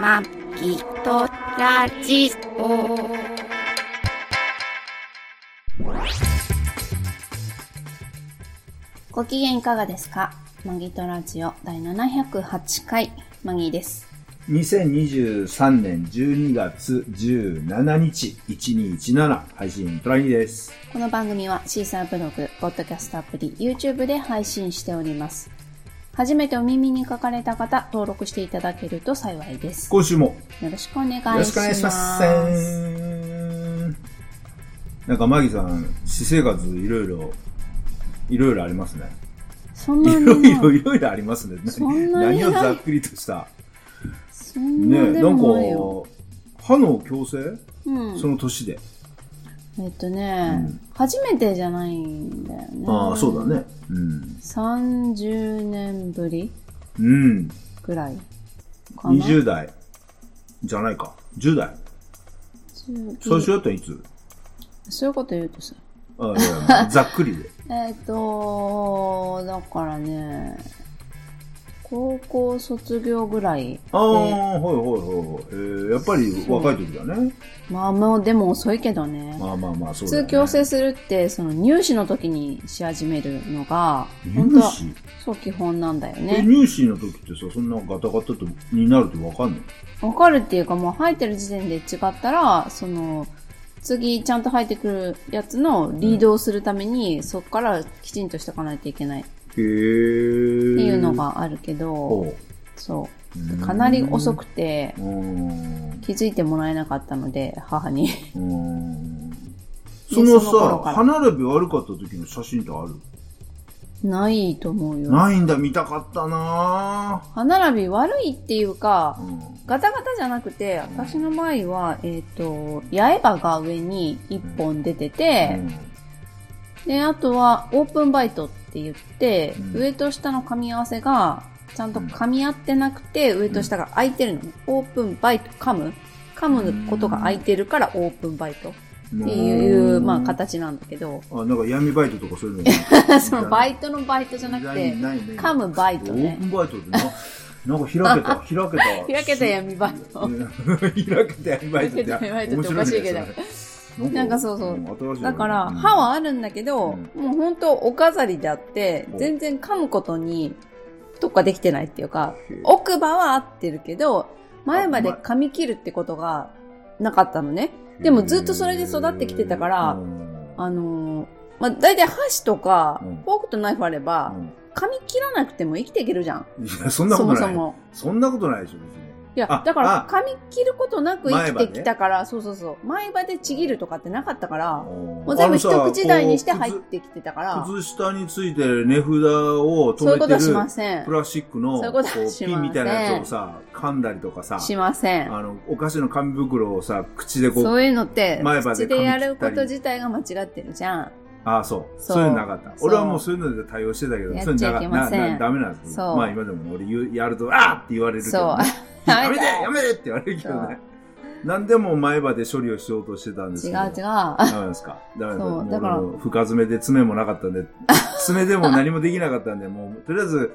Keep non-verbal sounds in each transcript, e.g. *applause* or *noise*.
まきとラジオ。ご機嫌いかがですかマギトラジオ第708回、マギーです。 2023年12月17日1217配信トラニーです。この番組はシーサーブログ、ポッドキャストアプリ、YouTube で配信しております。初めてお耳に書かれた方、登録していただけると幸いです。今週もよろしくお願いします。よろしくお願いします。なんかマギさん、私生活いろいろ、いろいろありますね。そんいなろにいなろ、い。いろいろありますね。そんなに何ないをざっくりとした。そんねなえ、でなんかもないよ。、歯の矯正うんその年で。えっとね、うん初めてじゃないんだよね。ああ、そうだ。ね。うん。 30年ぶりうん。ぐらいかな。 20代じゃないか。10代。 20最初やったらいつそういうこと言うとさ。あいや *laughs* まあざっくりで。えっ、とだからね、高校卒業ぐらいああ、で、はいはいはいはい。えー、やっぱり若い時だね。まあもうでも遅いけどね。まあまあまあ、そう普だ、ね。通強制するって、その入試の時にし始めるのが、本当入は試そう基本なんだよえ、ね。入試の時ってさ、そんなガタガタとになるってわかんない。わかるっていうかもう入ってる時点で違ったら、その、次ちゃんと入ってくるやつのリードをするために、そこからきちんとしていかないといけないっへー。ていうの。があるけど、おう。そう。かなり遅くて、うーん。気づいてもらえなかったので、母 *laughs* に。うーん。でそのその頃さ、から歯並び悪かった時の写真ってあるないと思うよ。ないんだ、見たかったな歯並び悪いっていうかぁ。う、ん。ガタガタじゃなくて、私の場合は、えっ、と、八重歯が上に一本出てて、で、あとは、オープンバイトって言って、うん上と下の噛み合わせが、ちゃんと噛み合ってなくて、上と下が空いてるのね。オープンバイト、噛む。噛むことが空いてるから、オープンバイトうんっていう、まあ、。ん形なんだけど、あ、なんか闇バイトとかそういう *laughs* のそのバイトのバイトじゃなくて、噛むバイトねオープンバイトってな、なん *laughs* か開けた、開けた。開けた闇バイト。開けた闇バイト開けって。た闇バイトっておかしいけど面白ねなんかそうそう新しいよねだから、うん歯はあるんだけど、うんもう本当お飾りであって、お全然噛むことに特化できてないっていうかへえ、奥歯は合ってるけど、前歯であうまい噛み切るってことがなかったのね。でもずっとそれで育ってきてたからうんあのーまあ、大体箸とかうん、フォークとナイフあれば、噛み切らなくても生きていけるじゃん。うんいや、そんなこそもとない。そも。そんなことないでしょ、別に。いやあ、だからあ噛み切ることなく生きてきたから、そうそうそう。前歯でちぎるとかってなかったから、ももう全部一口大にして入っる。てきてたかこらう、靴靴下についてる値札をそういうこ止めとてはしまるせんプ。ラスチックのそういうこことうはしませんピンみたいなやつをさ、噛んだりとかさ、しません。あの、お菓子の紙袋をさ、口でこ、そうういうのって、前歯で口でやること自体が間違ってるじゃん。ああ、そう。そうそういうのなかった。そう俺はもうそういうので対応してたけど、やっそういうのなちゃいけかませんななダメなんですけそど、うまあ今でも俺言うやると、あーって言われるけそうどね、。やダメめてだやよめてって言われるけどね。何でも前歯で処理をしようとしてたんです違うけ違う。ど。ダメですか。ダメですそうもうだから俺も深爪で爪もなかったんで、爪でも何もできなかったんで、もう、とりあえず、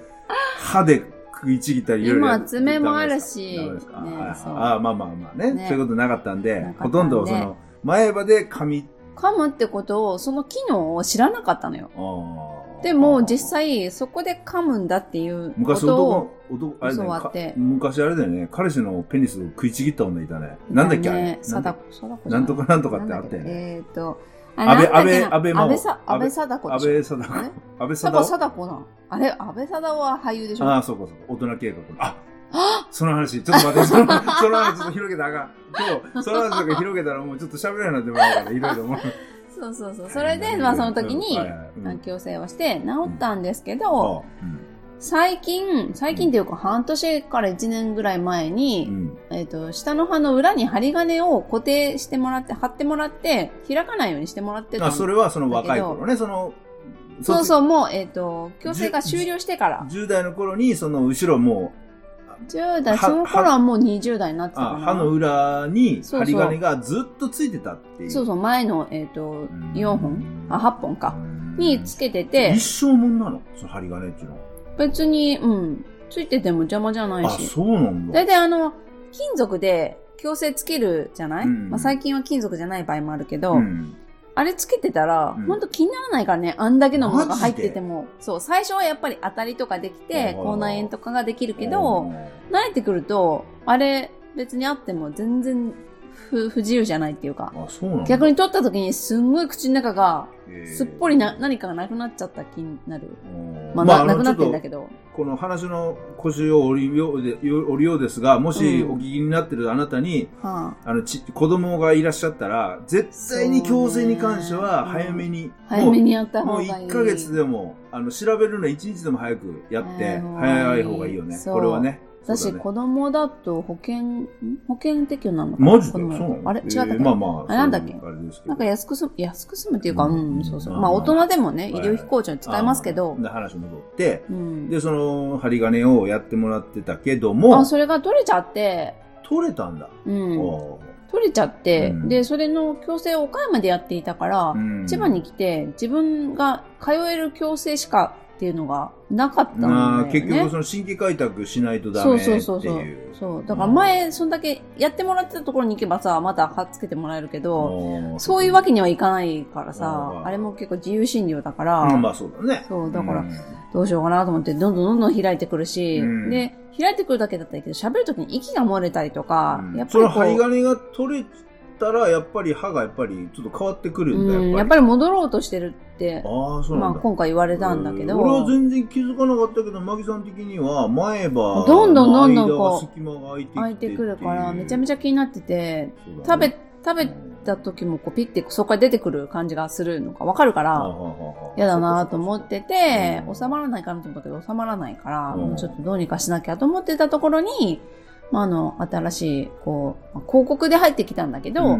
歯で食いちぎったりいろいろやっ今爪もあるしダメですかダメですねかはいそうああ、まあまあまあねねそういうことなかったんでなかったん、でほとんどその、前歯で噛み、噛むってことを、その機能を知らなかったのよ。あーでも、実際、そこで噛むんだっていうこ昔とを男、、男、あれだ教わっよてねか、昔あれだよね、彼氏のペニスを食いちぎった女いたね。なんだっけあれね。なんだ貞子、貞子じゃなんとかなんとかってあなんだっけたよね。えっと、あれ、安倍なんだっけな安倍安倍真央安倍さ、安倍貞子で安しょ。倍貞子。あれだから安倍貞子。貞子なん。あれ、安倍貞子は俳優でしょああ、そうかそうか。大人計画の。あその話、ちょっと待って、そのその話ちょっと広げたらあかん。今日、その話とか広げたらもうちょっと喋れなくなってもらうから、いろいろもう。そうそう *laughs* そう。それで、まあその時にうんはい、はいうん矯正をして治ったんですけあど、あうん最近、最近っていうか半年から1年ぐらい前に、うんえっ、と、下の歯の裏に針金を固定してもらって、貼ってもらって、開かないようにしてもらってたあのそれはその若い頃ね、その、。そうそうう、もう、えっ、と、矯正が終了してから、 10代の頃に、その後ろもう、 10代、はその頃はもう20代になってたかあな。歯の裏にそうそう針金がずっとついてたっていう。そうそう、前の、えっ、と、ん4本あ、8本か。につけてて一、生もんなのその針金っていうの別に、うん、ついてても邪魔じゃなは。いあ、し。そうなんだ。大体あの、金属で矯正つけるじゃない、うんまあ、最近は金属じゃない場合もあるけど、うん。あれつけてたら、うんほんと気にならないからね、あんだけのものが入ってマジでても。そう、最初はやっぱり当たりとかできあて、ー口内炎とかができるけど、慣れてくると、あれ別にあっても全然不不自由じゃないっていうかう。ん、あ、そうなんだ逆に取った時にすんごい口の中が、すっぽりな、えー何かがなくなっちゃった気になる。うんまあ、なあのなくなってんだちょけど。とこの話の腰を折りようで、折りようですが、もしうんお聞きになってるあなたに、はあの、ち、子供がいらっしゃったら、絶対に矯正に関してはそうね早めに、あ、早めもにやったう、方もうがいい。 1ヶ月でも、あの、調べるのは1日でも早くやって、早早いい方方ががいいいいよね。そうこれはね。私、そうだね子供だと保険、ん保険適用なのかなマジで子そう供なのあれ違ったっけえーまあまあ、あなんだっけそういうあれですけなんど。か安くすむ、安くすむっていうか、う、うんんそうそう。まあまあ大人でもね、医はい療費控除に使えますけどあー、で話戻って、うん。で、その、針金をやってもらってたけどもあ、、それが取れちゃって、取れたんだ。うん。おー取れちゃって、うんで、それの矯正を岡山でやっていたから、うん千葉に来て、自分が通える矯正しかっていうのがなかったんだまよあね。結局その新規開拓しないとダそメっうてい。そううそうそう。そう。だから前、そんだけやってもらってたところに行けばさ、また貼っつけてもらえるけど、おーそういうわけにはいかないからさあ、ーあれも結構自由診療だから、まあまあそうだね。そうだからんどうしようかなと思って、どんどんどんどん開いてくるし、うんで、開いてくるだけだったらいいけど、喋るときに息が漏れたりとか、うんやっぱそりのこ針う、金が取れたら、やっぱり歯がやっぱりちょっと変わってくるんだうん、よ。やっぱり戻ろうとしてるって、ああ、そうまなあんだ。今回言われたんだけど、えー俺は全然気づかなかったけど、マギさん的には、前歯のどんどんどんどんこう間が隙間が空いてきて。空いてくるから、めちゃめちちゃ気になってて、ゃ食べ、食べたた時もこうピッてそこから出てくる感じがするのかわかるから、嫌だなと思っ。てて、うん収まらないかなと思ったけど、収まらないから、うんもうちょっとどうにかしなきゃと思ってたところに、まあ、あの、新しい、こう、まあ広告で入ってきたんだけど、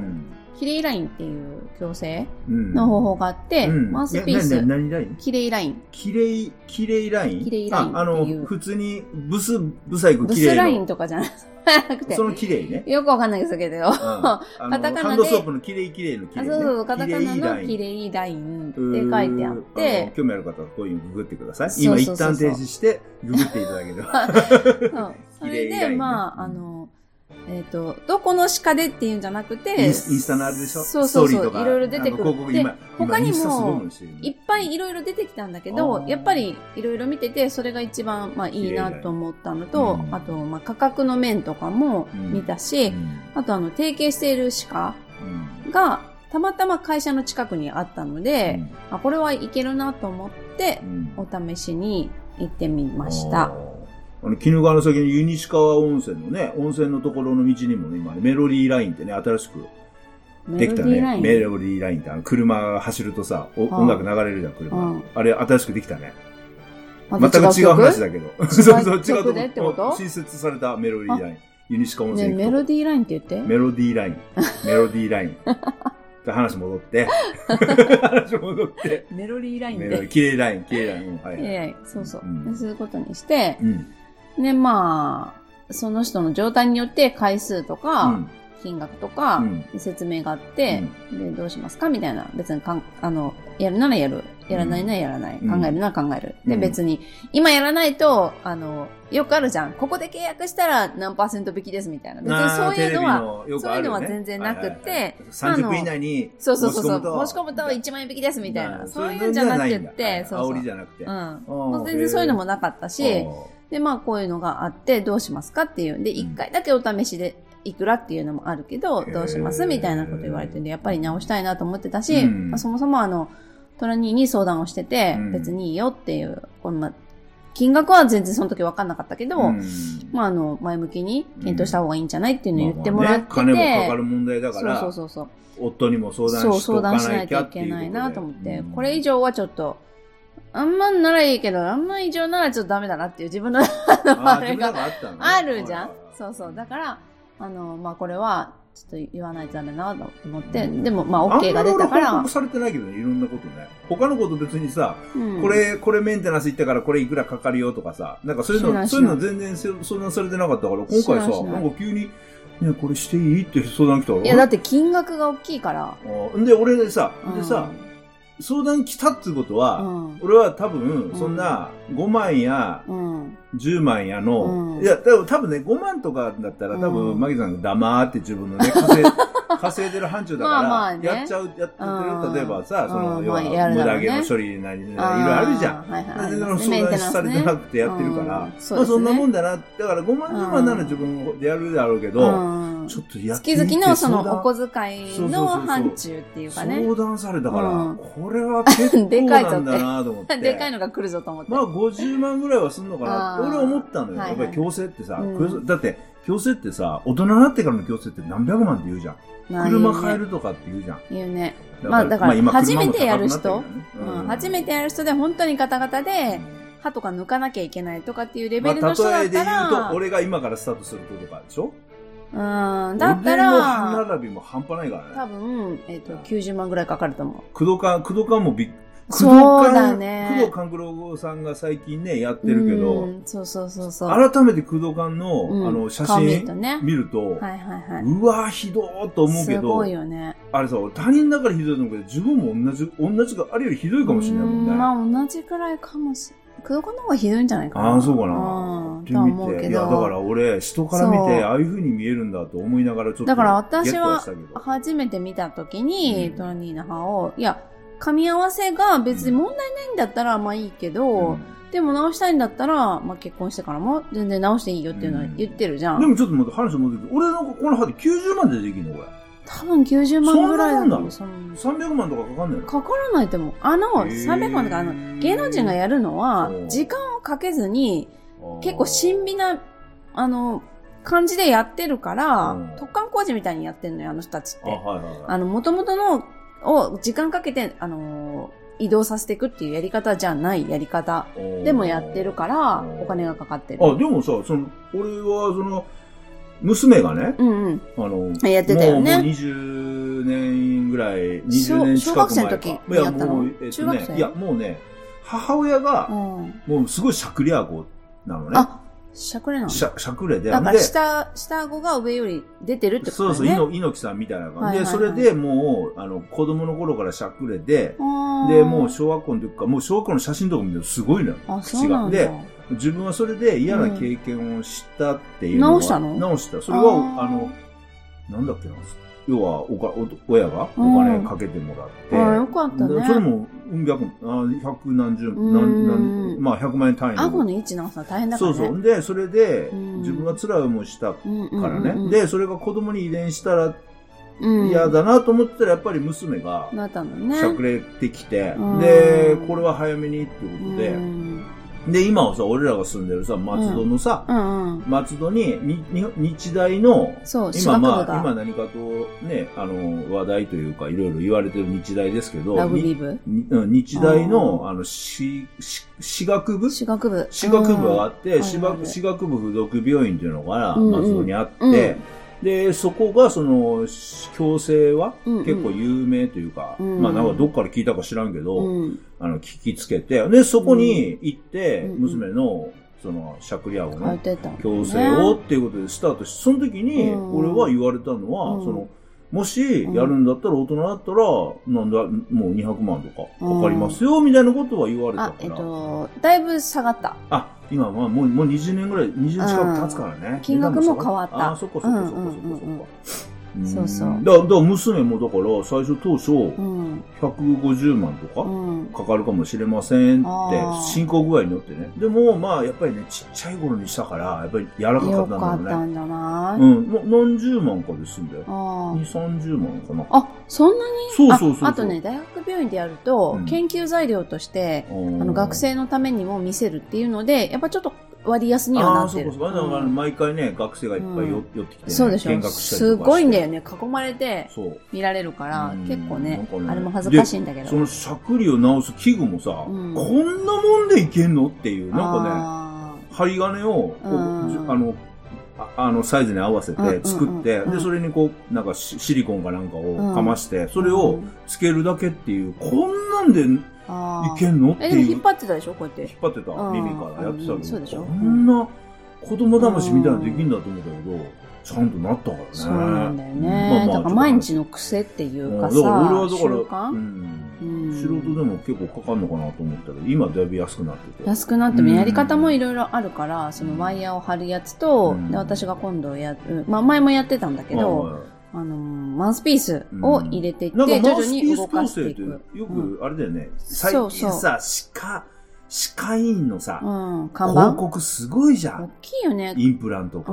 キレイラインっていう矯正のの方法があって、マウスピース、何ラインキレイライン、綺麗、綺麗ラインキレイラインっていうあ、あの、普通に、ブス、ブサイクブ綺麗スのラインとかじゃなくてそ、の綺麗ね。よくわかんないですけど、あうんあのカタカナでハンドソープの綺麗綺麗の綺そ麗、うね。そうそう、カタカナ綺麗ラのインキレイラインって書いてあっうーんのて、興味ある方はこういうのググってください。そうそうそうそう今一旦停止して、ググっていただければ。そうそキレれイライで、ンねまあ、あの、えっ、と、どこの鹿でっていうんじゃなくイて、ンスインスタのあれでしょそうそうそう、ストーリーいとか。ろいろ出てくあの広る。告で今、他にも今インスタすごいのしてるねいっぱいいろいろ出てきたんだけどあ、ーやっぱりいろいろ見てて、それが一番、まあ、いいなと思ったのとう、んあと、まあ、価格の面とかも見たし、あと、あの、提携している鹿うんうんが、たまたま会社の近くにあったので、あこれはいけるなと思ってう、んお試しに行ってみました。。あの、鬼怒川の先の湯西川温泉のね、温泉のところの道にもね、今ね、メロディーラインってね、新しくメでロデきたィーねラ。イン。メロディーラインって、あの、車が走るとさ、おああ音楽流れるじゃん、う車ん。あれ、新しくできたね。ま全たく違う曲話だけど。 *laughs* そうそう、違うと曲こでってことうん新設されたメロディーライン。湯西川温ね泉メ行ロくとディーラインって言って。メロディーライ *laughs* ン。メロディーライン。って話戻って。話戻って。メロディーラインメでロ。綺麗ライン、綺麗ライン。うんはいはい。ええ、そうそううん。でそういうことにしてう、ん。で、まあ、その人の状態によって回数とうかん、金額とかう、ん説明があって、で、どうしますかみたいな。別にかん、あの、やるならやる。やらないならやらない。うん考えるなら考える。で、うん別に、今やらないと、あの、よくあるじゃん。ここで契約したら何パーセント引きですみたいな。別にそういうのは、はそういうのは全然なくって三あ十の分以内にそうそうそう、そう申し込むと1万円引きですみたいな。そういうんじゃなくって、そうそうそういうのではないんだはい煽り。じゃなくてうあん。ーもう全然そういうのもなかったへしー、あで、まあこういうのがあって、どうしますかっていう。で、ん一回だけお試しで、いくらっていうのもあるけど、へーどうしますみたいなこと言われてて、やっぱり直したいなと思ってたし、うんまあそもそもあの、トラニーに相談をしてて、うん別にいいよっていう、このまあ金額は全然その時わかんなかったけど、ーうんまああの、前向きに検討した方がいいんじゃないっていうのを言ってもらってて、まあまあね金もかかる問題だからそうそうそう夫にも相そう。談そう、しと相か談しなないいとといけないなと思って、うんこれ以上はちょっと、あんまんならいいけど、あんま以上ならちょっとダメだなっていう自分の、あの、ああーれ自が分なんかあったのねあるじゃはんいはいはいそうそう。だから、あの、まあ、これは、ちょっと言わないとダメだなと思って、でも、まあ、OK が出たかあんまり俺報ら告、されてないけどねいろんなことね他のこと別にさうんこ、れ、これメンテナンス行ったからこれいくらかかるよとかさ、なんかそういうしないの、しなそいういうの全然せ相談されてなかったから、今回さ、しないしなないんか急に、ね、これしていいって相談来たから。いや、だって金額が大きいから。あんで、俺でさう、んでさ、相談来たってことうは、ん。俺は多分、そんな、 5万やうん。 10万やの、うんいや、多分多分ね、5万とかだったら、多う分、んマギさん、黙って自分の *laughs* ね、稼い稼いでる範疇だまあまかあねら、やっちゃう、やってうんる、例えばさ、その、うん要は、まあやる無だろう駄ね毛の処理なり、いろいろーあるじゃん。。はいはい。で、でありもます相ね談されてなくてやってるから、うまんあそうですねそんなもんだな。だから5万、うん10万なら自分でやるだろうけど、うんちょっとやって月みて々のその相談お小遣いの範疇っていうかね。 *laughs* 相談されたから、うんこれは *laughs* 結構なんだなと思って。でかいのが来るぞと思って。まあ50万ぐらいはすんのかなっあーて俺は思ったのよ。はいはやっいぱり強制ってさ、うん強制だって強制ってさ、大人になってからの強制って何百万って言うじゃん。まあ車買えるとかって言うじゃん。言うね。まあだから今初め車もてやる高くなってる言からうねね。ううんん。初めてやる人で本当にガタガタで、歯とか抜かなきゃいけないとかっていうレまベあ、ルの人だ例っえでた言うら、と、俺が今からスタートすることかでしょうん、だったら、俺の歯並びも半端ないから多ね。分、えっ、と、90万ぐらいかかると思う。工藤館、工藤館もびっそうだね工藤官九郎さんが最近ね、やってるけど、うん、そうそうそうそう。改めて工藤館の、うんあの、写顔見る真とね。見ると、はいはいはうわひどーとい。思うけすどごい、よね。あれさ、俺他人だからひどいと思うけど、自分も同じ、同じか、あれよりひどいかもしれないもんね。うまあ同じくらいかもしれない。空間の方がひどいんじゃないかな。ああ、そうかな。うん、ってとは思見うて、けいや、だかど。ら俺、人から見そうて、ああいう風に見えるんだと思いながらちょっと、だから私はゲットしたけど初めて見た時うにん、トラニーの歯を、いや、噛み合わせが別に問題ないんだったら、まあいいけど、でも直したいんだったら、まあ結婚してからも全然直していいよっていうのは言ってるじゃうんでん。もちょっと待って、話戻ってくる俺なんかこの歯で90万でできんのこれ。多分90万ぐらいだと思う。その300万とかかかんないのかからないと思う。あの、へー300万とか、あの、芸能人がやるのはうん、時間をかけずに、あー結構神秘な、あの、感じでやってるからうん、突貫工事みたいにやってるのよ、あの人たちっあ、て。はいはいはい。あの、元々のを時間かけて、あのー、移動させていくっていうやり方じゃないやり方でもやってるからうん、お金がかかってる。あ、でもさ、その、俺は、その、娘がね、うんうん。あの、やってたよねもうもう20年ぐらい、小20年近く前小か学生の時いや、やったのもう、えっ中と学ね、生いや、もうね、母親うが、ん。もうすごいシャクリア語なのね。あ、しゃくれなのしゃしゃくれで、だかでら下、下顎が上より出てるってことそうだそよう、ね。猪猪木さんみたいな感じはで、いはそいれはいでもう、あの、子供の頃からしゃくれで、あーで、もう小学校の時から、もう小学校の写真とか見るとすごいのよ。あ、そ口うなが。んだ。で、自分はそれで嫌な経験をしたっていうはうん直したの直した。それは、ああーの、なんだっけな。要はおかお、親がおうん金かけてもらって。あーよかったねそれも、うん、百、あ百何十、ん何、何、まあ、百万円単位の顎の位置直すの大変だかそらね。うそう。で、それで、うん自分が辛い思いしたかうんうんうんらうん。ね。で、それが子供に遺伝したらうん、嫌だなと思ってたら、やっぱり娘が、なったのね。しゃくれてきて、うんで、これは早めにっていうことで、うんで、今はさ、俺らが住んでるさ、松戸のさ、うんうん。松戸ににに日大のそう、今芝まあ生部今が何かとねあの話題というかいろいろ言われてる日大ですけどラグビにー部にうん日大のあーあの私私私学部私学部。私学部があって、うん私はいは学い私学部附属病院というのがうんうん松戸にあって、うんでそこがその矯正はうんうん結構有名というか、うんまあなんかどっから聞いたか知らんけど、うん。あの聞きつけてでそこに行って、うん娘のそのシャクリア語の通ってた。強制をっていうことでスタートし、その時にうん俺は言われたのは、うんその、もしやるんだったら大人だったら、なんだ、もう200万とかかかりますよ、みたいなことは言われたあか、えっら。と、だいぶ下がった。あ、今はもうもう20年ぐらい、20年近く経つからね。金額も変わったあ、そっかそっかそっかうんうんそっかうんうんそっか。そうそうんだだから娘もだから最初当初うん。 150万とか、うん。かかるかもしれませんってあー進行具合によってねでもまあやっぱりねちっちゃい頃にしたからやっぱり柔らかかよったんかだろうっねたんじゃないうん、な何十万かで済んだよ。あ二三十万かな。あ。あ、そんなにそうそうそうそうああとね、大学病院でやるとうん、研究材料として、ああー、の、学生のためにも見せるっていうので、やっぱちょっと割安にはあなあ、っそてうる。かそうか。だからうん毎回ね、学生がいっぱい寄,、うん寄ってきて、ね、そうでし見ょ。学したりすごいんだよね。ね。囲まれてそう。見られるからうん、結構なんねかね、あれも恥ずかしいんだけそど。のしゃくりを直す器具もさ、うんこんなもんでいけんのっていう、なんかね、あ針金を、こううんじゅあの、ああの、サイズに合わせてうんうんうん作って、うんで、それにこう、なんかシシリコンかなんかをんかまして、ーそれを、つけるだけっていう、こんなんでいあーけんのってえ、でもいう。引っ張ってたでしょこうやっ。引って張ってたうん耳からやってたうんそうでけしど、ょこんな子供騙しみたいなのできんだと思ったけど、ちゃんとなったからね。そうなんだよまあね。まあだから毎日の癖っていうかうんだから俺さ、は習だから、慣うんうん素人でも結構かかるのかなと思ったけど、今だいぶ安くなってて。安くなってもやり方もいろいろあるから、そのワイヤーを張るやつと、うんで私が今度やる、まあ前もやってたんだけど、はいはいあのーマウスピースを入れていって、なんか徐マウ々スピにース動か構して成っいてく。ようくあれだよね、最そうそう近さ、歯科、歯科医院のさ、うん、看広板告すごいじゃ大ん。きいよね。インプラントか、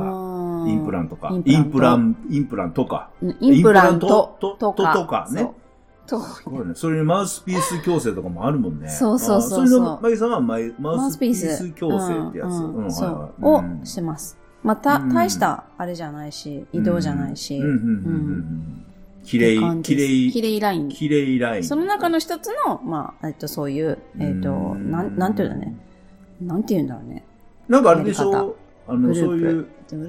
イインプラントか、イインンププラランン、インプラントか。インプラントインプラントとか。ととかねそう。すごいね。それにマウスピース矯正とかもあるもんね。そうそうそうそうあーそれの、マギさんはマイとママウウススピピーース。ス矯正ってやつ。うんうんうんそはう。いをはいうんしてます。また、うん大したあれじゃないし、移動じゃないし。うんうんうんうんうん。綺麗、綺綺麗、麗ライン。綺麗ライン。その中の一つの、まあ、えっと、そういう、えっと、うんなん、なんていうんだね。なんていうんだろうね。なんかあれでしやりょあグの、ループ。そうグいう、ル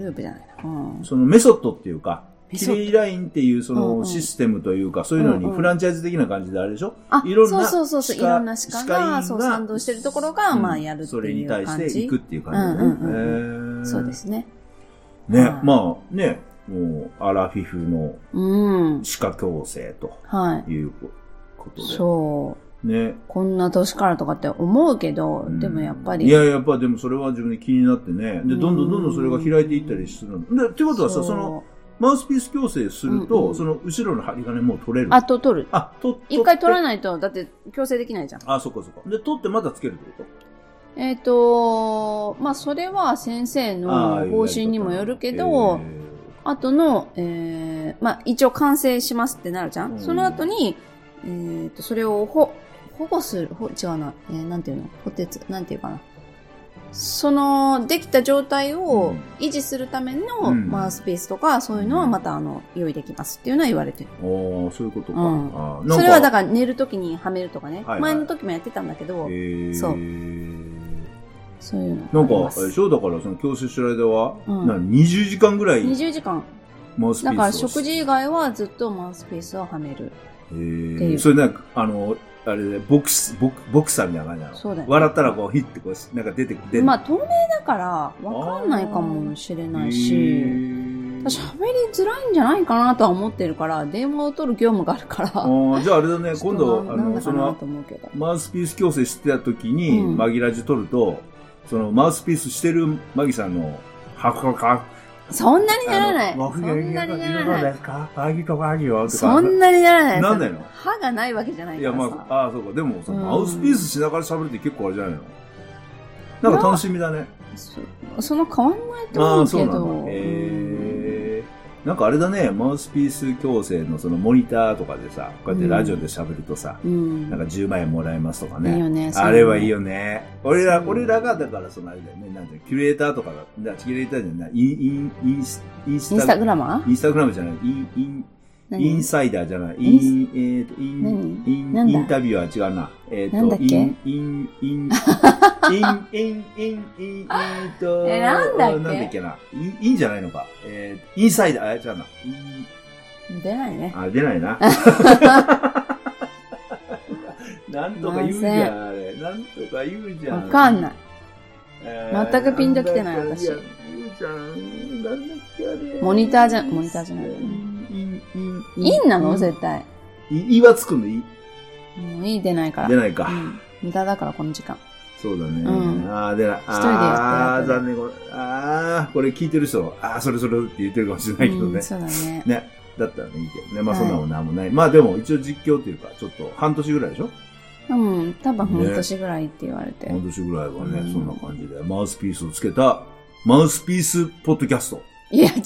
ープじゃないな。うん。そのメソッドっていうか、メキソッドレイラインっていうそうんうんのシステムというか、そういううのんうにんフランチャイズ的な感じであれでしょあ、いろんなそうそうそうそう、い歯科ろんな歯科が、歯科医院がそう、賛同してるところが、うんまあ、やるってそれいにう対感してじい。くっていう感じうんだうねんうへー。そうですね。ね、はいまあね、もうアラフィフのうん。歯科矯正とはい。いうことで。そう。ね。こんな年からとかって思うけど、でもやっぱり。いや、やっぱでもそれは自分で気になってね。で、どんどんどんどんそれが開いていったりするの。で、ってことはさ、うその、マウスピース矯正すると、うんうんその後ろの針金もう取れる。あと取る。あ、取っ一回取らい。ないと、だって強制できないじゃん。あ、そっかそっか。で、取ってまたつけるってことえっ、とまあ、それは先生あのー方針にもよるけ意外どと、ねあとの、えー、まあ、一応完成しますってなるじゃん。うんその後に、えっ、と、それを保、保護する、ほ違うな、えーなんていうの補鉄、なんていうかな。その、できた状態うをん維持するためうのんマウスピースとか、そういうのはまた、あの、用意できますっていうのは言われてる。えーああ、そういうことか。うんあそれはだかから寝るときにはめるとかね、はいはい前の時もやってたんだけど、えー、そうなそういうのんがありま、かあれですしょだから、その強制してる間は、うんな20時間ぐらい20時間。マウスピースをだから食事以外はずっとマウスピースをはめる。っえていうー、それなんか、あの、あれで、ボクス、ボクボクサーみたいな感じなのそうだよね笑ったらこう、ヒッてこう、なんか出てくる。まあ透明だからわかんないかもしれないへし、ー喋りづらいんじゃないかなとは思ってるから、電話を取る業務があるから、あーじゃああれだね、ちょっ今と度、なあなんだの、かそなのと、思うけど。マウスピース矯正してた時に、うんマギラジ撮ると、その、マウスピースしてるマギさんの、はかか、そんなにならない。あそのんなにならない。すかマギとマギよとか。そんなにならない。なんないの歯がないわけじゃないいかや、らさ。まあ、ああ、そうか。でもさ、うんマウスピースしながら喋るって結構あれじゃないのなんか楽しみだね。そその変わんないとあ思あ、うそけうなど。んだ。うんへえ。なんかあれだね、マウスピース矯正のそのモニターとかでさ、こうやってラジオで喋るとさ、うん。なんか10万円もらえますとかいいね。よね。あれはいいよ。よね。俺ら、そう俺らが、だからそのあれだよね、なんていうのキュレーターとかが、だキュレーターじゃない、イン、イン、インス、インインススタタ、グラマーインスタグラムじゃない、イン、イン、何インサイダーじゃない、イインスン、えーと、イン、イン、何インタビュアー違うな。えっ、なんだっと、けイン、イン、 *laughs* イン、イン、イン、イン、イン、イン、と、えなんだっけなんだっけな。イン、インじゃないのか。えー、インサイダー、あ、違うな。イン、出ないね。あ、出ないな。 *laughs* なんとか言うじゃん、あれ。なんとか言うじゃん。わかんない。えー全くピンときてないんだっけ私や言うじゃん。なんだっけあれ。モニターじゃモニターじゃないイン、イン、イン。インなの絶対。い、いはつくのいもういい出ないから。出ないか。うん。無駄だから、この時間。そうだね。うんああ、出ない。一人でやって後ああ、で残念。これああ、これ聞いてる人、ああ、それそれって言ってるかもしれないけどうんね。そうだね。ね。だったらね、いいけどね。まあそんなもんなんもない。まあでも一応実況というか、ちょっと半年ぐらいでしょうん、多分半年ぐらいって言われて。半年ぐらいはうんね、そんな感じで。マウスピースをつけた、マウスピースポッドキャスト。いや、違う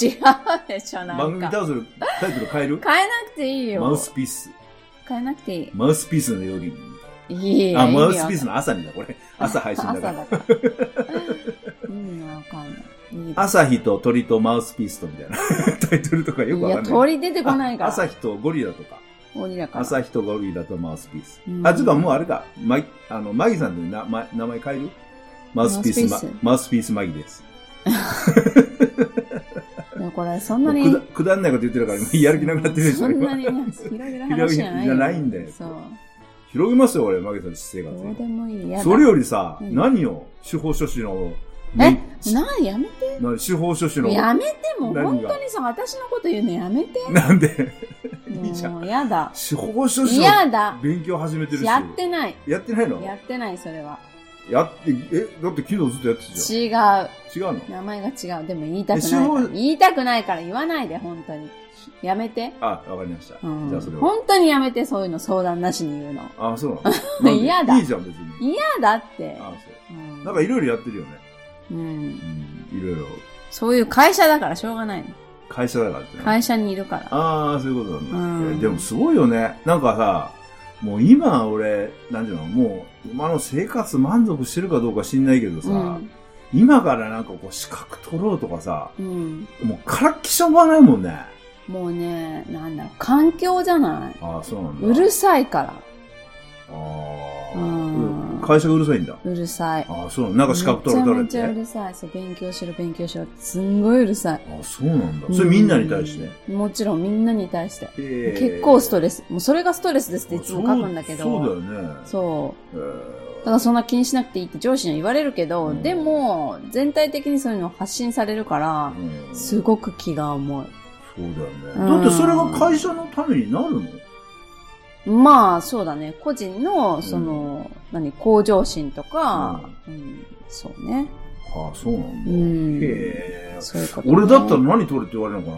でしょ、な番ん組か。タイトル、タイトル変変えるえなくていいマウよ。スピース。変えなくていい。マウスピースの夜に。いいよ。あ、いいよマウスピースの朝にだ、これ。朝配信だか朝ら。だから。 *laughs* 意味がわかんない。いい朝日と鳥とマウスピースとみたいな *laughs* タイトルとかよいくわかや、んない。鳥出てこないから。朝日とゴリラとか。鬼だから。朝日とゴリラとマウスピース。うんあ、つうかもうあれか。マギ、あの、マギさんでな、ま、名前変えるマウスピースマウマスピース、マウスピースマギです。でもこれ、そんなもうに。くだくだんないこと言ってるから、今やる気なくなってるでしょ、そんな今。にね、広げる話じゃないよ。広げるじゃないんだよそう。広げますよ、俺、マギさんの私生どう活で。もいい。やだそれよりさ、うん何よ、司法書士の、えねな、やめて。な司法書士の、やめてもう、何が本当にさ、私のこと言うのやめて。なんで、もういいじゃん。もうやだ。司法書士の嫌だ。勉強始めてるし。やってない。やってないのやってない、それは。やって、え、だって昨日ずっとやってたじ違う。ゃん。違うの名前が違う。でも言いたくないかえ司ら。法言いたくないから言わないで、本当に。やめて。あ、わかりました。うんじゃあそれは。本当にやめて、そういうの相談なしに言うの。あ、そう *laughs* なのなんで嫌だいいじゃん、別に。嫌だって。あ、そうう。んなんかいろいろやってるよね。うん。うん、いろいろ。そういう会社だからしょうがないの。会社だからってね。会社にいるから。ああ、そういうことなんだ。うんえでもすごいよね。なんかさ、もう今俺、なんていうの、もう今の生活満足してるかどうか知んないけどさ、うん。今からなんかこう資格取ろうとかさ、うん。もうからっきしょうがないもんね。もうね、なんだろう、環境じゃないああ、そうなんだ。うるさいから。ああ、うん会社がうるさいんだ。うるさい。ああ、そうなんだ。なんか資格取られめちゃめちゃうて。るさい。そう、勉強しろ、勉強しろって。すんごいうるさい。ああ、そうなんだ。それみんなに対して。うん。もちろんみんなに対して。へえ結構ストレス。もうそれがストレスですっていつも書くんだけど。そうそうだよね。そう。へだからそんな気にしなくていいって上司には言われるけど、うんでも、全体的にそういうのを発信されるからえ、うんすごく気が重そうだようんね。だってそれが会社のためになるのい。まあ、そうだね。個人の、その、何、向上心とか、うん、そうね。ああ、そうなんうだ。ん。へえ。そういうことね、俺だったら何取れって言われるのか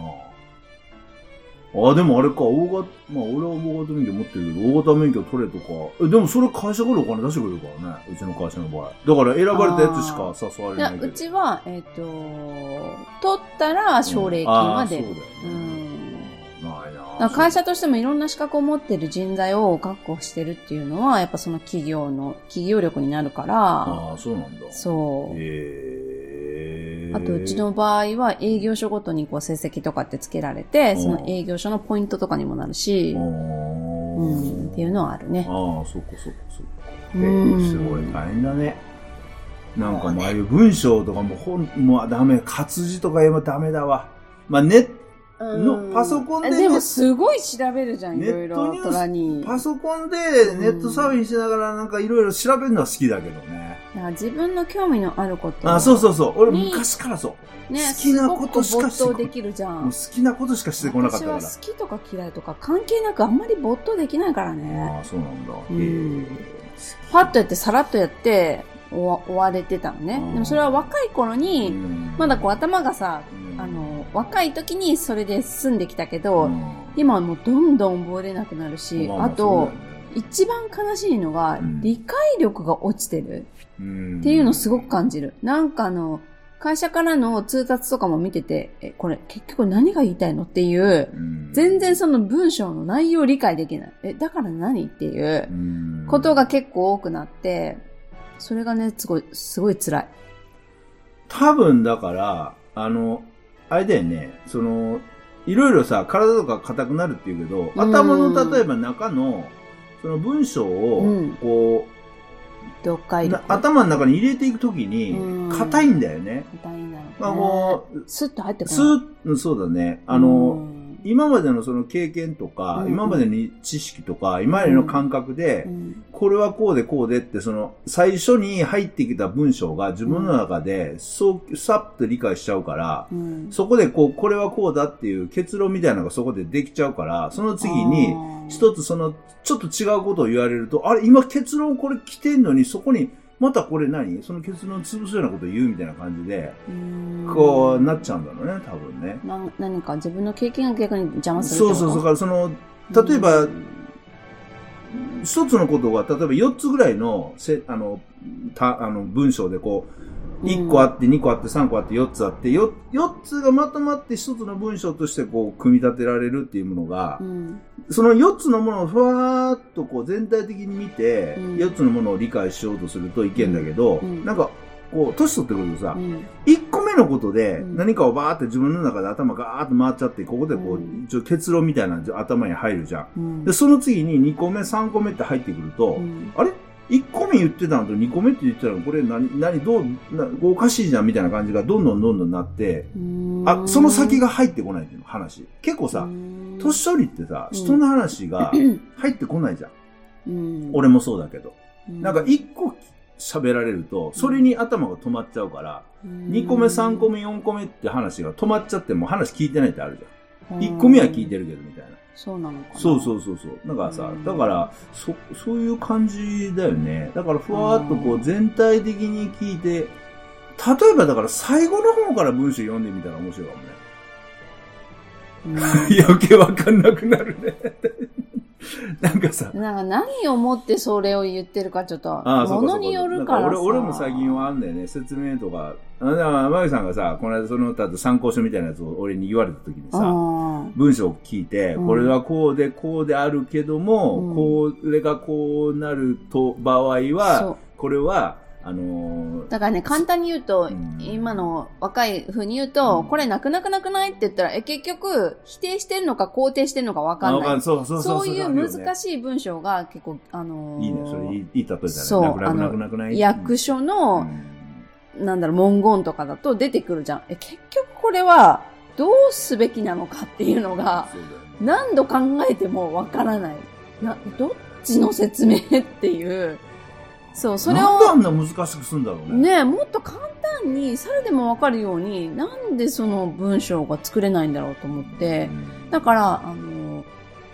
なああ、でもあれか、大型、まあ俺は大型免許持ってるけど、大型免許取れとか、え、でもそれ会社からお金出してくれるからね、うちの会社の場合。だから選ばれたやつしか誘われいなや、いけうど。ちは、えっ、と、取ったら奨励金は出る。うんああそうだよねないなだから会社社としてもいろんな資格を持ってる人材を確保してるっていうのは、やっぱその企業の、企業力になるから、ああ、そうなんだ。そう。へえ。あと、うちの場合は営業所ごとにこう成績とかってつけられて、うんその営業所のポイントとかにもなるしああ、うん、っていうのはあるね。ああ、そっかそっかそっか。うえーんすごい大変だね。なんかもうああいう文章とかもほん、もうダメ、活字とか今ダメだわ。まあね、うんのパソコンでねでもすごい調べるじゃん、いネッろトいろ、ニューストラに。パソコンでうんネットサーフィンしながらなんかいろいろ調べるのは好きだけどね。だから自分の興味のあることあ、そうそうそう。俺ね昔からそう。うね、好きなことしかしてすこごく没頭できるじゃ。もうん好きなことしかしてこなかったから。私は好きとか嫌いとか関係なくあんまり没頭できないからね。ああ、そうなんだ。へんえ。パッとやってさらっとやって終わ終われてたのねう。んでもそれは若い頃に、まだこうっ頭がさ、あの、若い時にそれで進んできたけど、うん今はもうどんどん覚えれなくなるし、まあまと、そうだよね一番悲しいのが、うん理解力が落ちてるうんっていうのをすごく感じる。なんかあの、会社からの通達とかも見てて、え、これ結局何が言いたいのっていう、うん全然その文章の内容を理解できない。え、だから何っていううんことが結構多くなって、それがね、すごい、すごい辛い。多分だから、あの、あれだよね、その、いろいろさ、体とか硬くなるっていうけど、頭うんの例えば中の、その文章うをん、こ読う、解な力。頭の中に入れていくときにうん、硬いんだよね。みたいな。まあこう、スッと入ってこないスーッうんそうだね、あうの、ん今までのその経験とか、うん今までの知識とか、今までの感覚でう、んこれはこうでこうでって、その、最初に入ってきた文章が自分の中で、そう、さっと理解しちゃうから、うんそこでこう、これはこうだっていう結論みたいなのがそこでできちゃうから、その次に、あ一つその、ちょっと違うことを言われると、あれ、今結論これ来てんのに、そこに、またこれ何その結論潰すようなことを言うみたいな感じで、ーうんこうなっちゃうんだろうね、多分ね。なん何か自分の経験が逆に邪魔するそうそうそう、だからその、例えば一つのことが、例えば4つぐらいの、せ、あの、た、あの、文章でこう、1個あっって、2個あって、3個あって、4つあって、4, 4つがまとまって1つの文章としてこう、組み立てられるっていうものが、うんその4つのものをふわーっとこう全体的に見て、うん4つのものを理解しようとするといけんだけど、うんうんなんか、こう、年取ってくるとさう、ん1個目のことでうん何かをバーって自分の中で頭がーっと回っちゃって、ここでこう、うん一応結論みたいなのが頭に入るじゃうん。んで、その次に2個目、3個目って入ってくると、うんあれ ?1 個目言ってたのと2個目って言ってたの、これ何、何、どう、なおかしいじゃんみたいな感じがどんどんどんどんなって、うんあ、その先が入ってこないっていうの、話。結構うさ、ん年寄りってさ、うん人の話 *clears throat* が入ってこないじゃうん。ん俺もそうだけど。うなんか1個喋られると、それに頭が止まっちゃうから、2個目、3個目、4個目って話が止まっちゃってもう話聞いてないってあるじゃん。1個目は聞いてるけどみたいな。そうなのかな。。そうそううそうそう。だからさう、んだから、そ、そういう感じだよね。だから、ふわーっとこううん全体的に聞いて、例えばだから最後の方から文章読んでみたら面白いかも *laughs* ね。余計わかんなくなるね。 *laughs* なんかさ、なんか何をもってそれを言ってるかちょっと、ああ、そうもかのそうかによるからなんさ。俺、俺も最近はあんだよね、説明とか。あだから、マギさんがさ、この間その、だって参考書みたいなやつを俺に言われた時にうさ、ん。文章を聞いて、うんこれはこうで、こうであるけども、うんこれがこうなると、場合そはう、これは、あのーだからね、簡単に言うと、うん今の若い風に言うと、うんこれなくなくなくないって言ったら、え、結局、否定してるのか肯定してるのかわかあんわない。そうそうそうそういあうるよね難しい文章が結構、あのーいいね、それいいいい例えだね。そうなくなくなあくのなくない役所の、なんだろう、文言とかだと出てくるじゃん。え、結局これは、どうすべきなのかっていうのが、な何度考えてもわからない。な、どっちの説明っていう。そう、それなんであを、んな難しくするんだろうね。ね、もっと簡単に、猿でもわかるように、なんでその文章が作れないんだろうと思ってう。んだから、あの、